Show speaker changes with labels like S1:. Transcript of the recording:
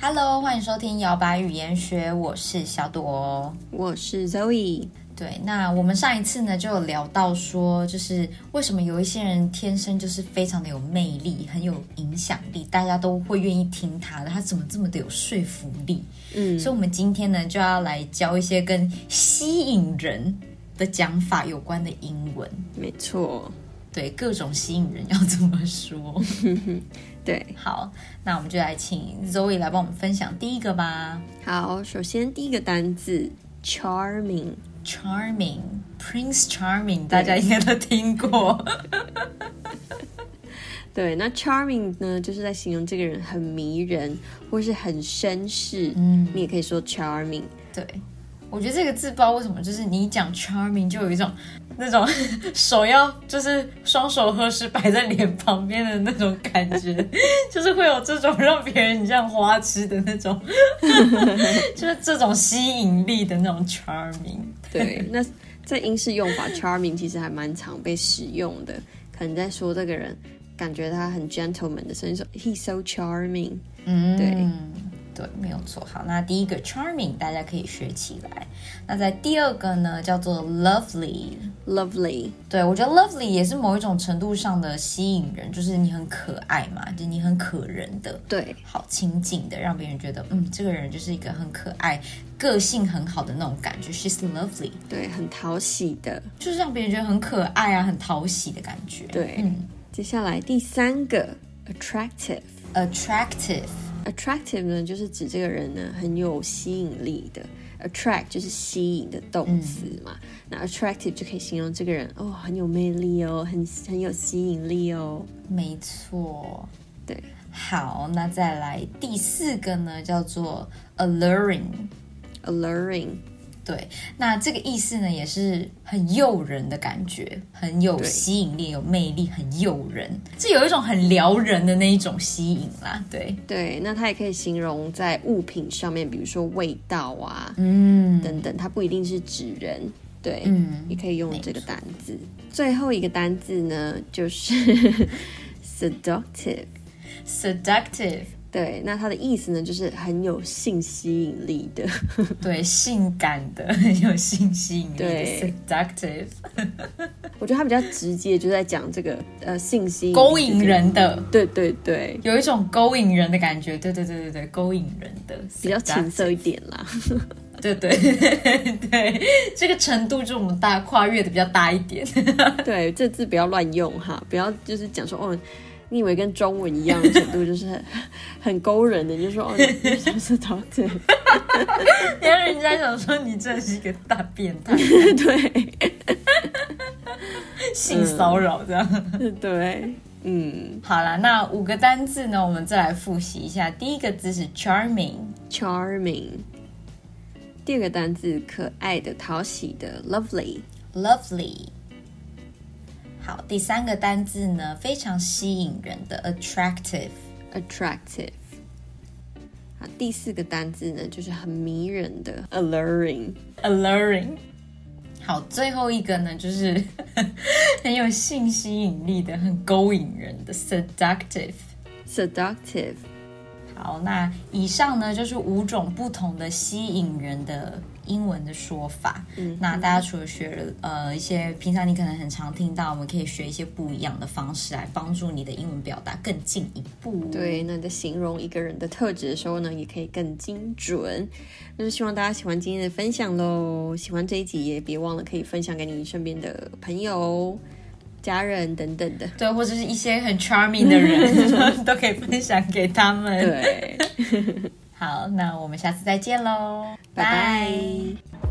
S1: Hello，欢迎收听摇摆语言学，我是小朵。哦
S2: 我是 Zoe。
S1: 对，那我们上一次呢就有聊到说，就是为什么有一些人天生就是非常的有魅力，很有影响力，大家都会愿意听他的，他怎么这么的有说服力？
S2: 嗯，
S1: 所以，我们今天呢就要来教一些跟吸引人的讲法有关的英文，
S2: 没错，
S1: 对各种吸引人要怎么说。
S2: 对。
S1: 好，那我们就来请 Zoe 来帮我们分享第一个吧
S2: 好，首先第一个单字 charming，
S1: ，Charming Prince Charming，大家应该都听过。
S2: 对，那 charming 呢，就是在形容这个人很迷人或是很绅士，
S1: 嗯
S2: 你也可以说 charming。
S1: 对，我觉得这个字不知道为什么，就是你一讲 charming 就有一种那种 手要就是双手合十摆在脸旁边的那种感觉， 就是会有这种让别人像花痴的那种， 就是这种吸引力的那种 charming。
S2: 对，那在英式用法，charming 其实还蛮常被使用的，可能在说这个人感觉他很 gentleman 的时候，你说 he's so charming。
S1: 嗯，
S2: 对
S1: 对，没有错。好，那第一个 charming 大家可以学起来。那在第二个呢，叫做 lovely。
S2: Lovely，
S1: 对，我觉得 lovely 也是某一种程度上的吸引人，就是你很可爱嘛，就是你很可人的，
S2: 对
S1: 好亲近的，让别人觉得嗯，这个人就是一个很可爱、个性很好的那种感觉。She's lovely，
S2: 对，很讨喜的。
S1: 就是让别人觉得很可爱啊，很讨喜的感觉。
S2: 对，
S1: 嗯
S2: 接下来第三个 attractive。
S1: ，attractive，
S2: Attractive 呢，就是指这个人呢很有吸引力的。Attract 就是吸引的
S1: 嗯
S2: 动词嘛，那 attractive 就可以形容这个人哦，很有魅力哦，很很有吸引力哦。
S1: 没错。
S2: 对，
S1: 好，那再来第四个呢，叫做 alluring。
S2: alluring，
S1: 对，那这个意思呢，也是很诱人的感觉，很有
S2: 对
S1: 吸引力，有魅力，很诱人，这有一种很撩人的那一种吸引啦。对，
S2: 对，那它也可以形容在物品上面，比如说味道啊、
S1: 嗯
S2: 等等，它不一定是指人。对，
S1: 嗯
S2: 也可以用这个单字。最后一个单字呢，就是 seductive。
S1: ，seductive，
S2: 对，那它的意思呢，就是很有性吸引力的。
S1: 对，性感的， 很有性吸引力的
S2: 对
S1: ，seductive，
S2: 我觉得他比较直接，就在讲这个呃信息
S1: 勾引。人的，
S2: 对对对，
S1: 有一种勾引人的感觉。对对对对对，勾引人的，
S2: 比较
S1: seductive
S2: 情色一点 啦。
S1: 对对对， 这个程度就我们大跨越的比较大一点。
S2: 对，这字不要乱用哈，不要就是讲说哦，你以为跟中文一样的程度，就是很很勾人的，你就说哦，你你就是 doctor。
S1: 别人家想说你真的是一个大变态，
S2: 对
S1: 性骚扰这样。
S2: 对，嗯
S1: 好啦，那五个单字呢，我们再来复习一下。第一个字是 charming，
S2: ，charming。第二个单字，可爱的、讨喜的，lovely。
S1: lovely。好，第三个单字呢，非常吸引人的 attractive。
S2: attractive。好，第四个单字呢，就是很迷人的 alluring。
S1: alluring。好，最后一个呢，就是 很有性吸引力的、很勾引人的 seductive。
S2: seductive。
S1: 好，那以上呢就是五种不同的吸引人的英文的说法。嗯，那大家除了学了呃一些平常你可能很常听到，我们可以学一些不一样的方式来帮助你的英文表达更进一步。，
S2: 对，那你在形容一个人的特质的时候呢，也可以更精准。那就希望大家喜欢今天的分享喽，喜欢这一集也别忘了可以分享给你身边的朋友、家人等等的。
S1: 对，或者是一些很 charming 的 人都可以分享给他们。
S2: 对，
S1: 好，那我们下次再见喽，
S2: 拜拜。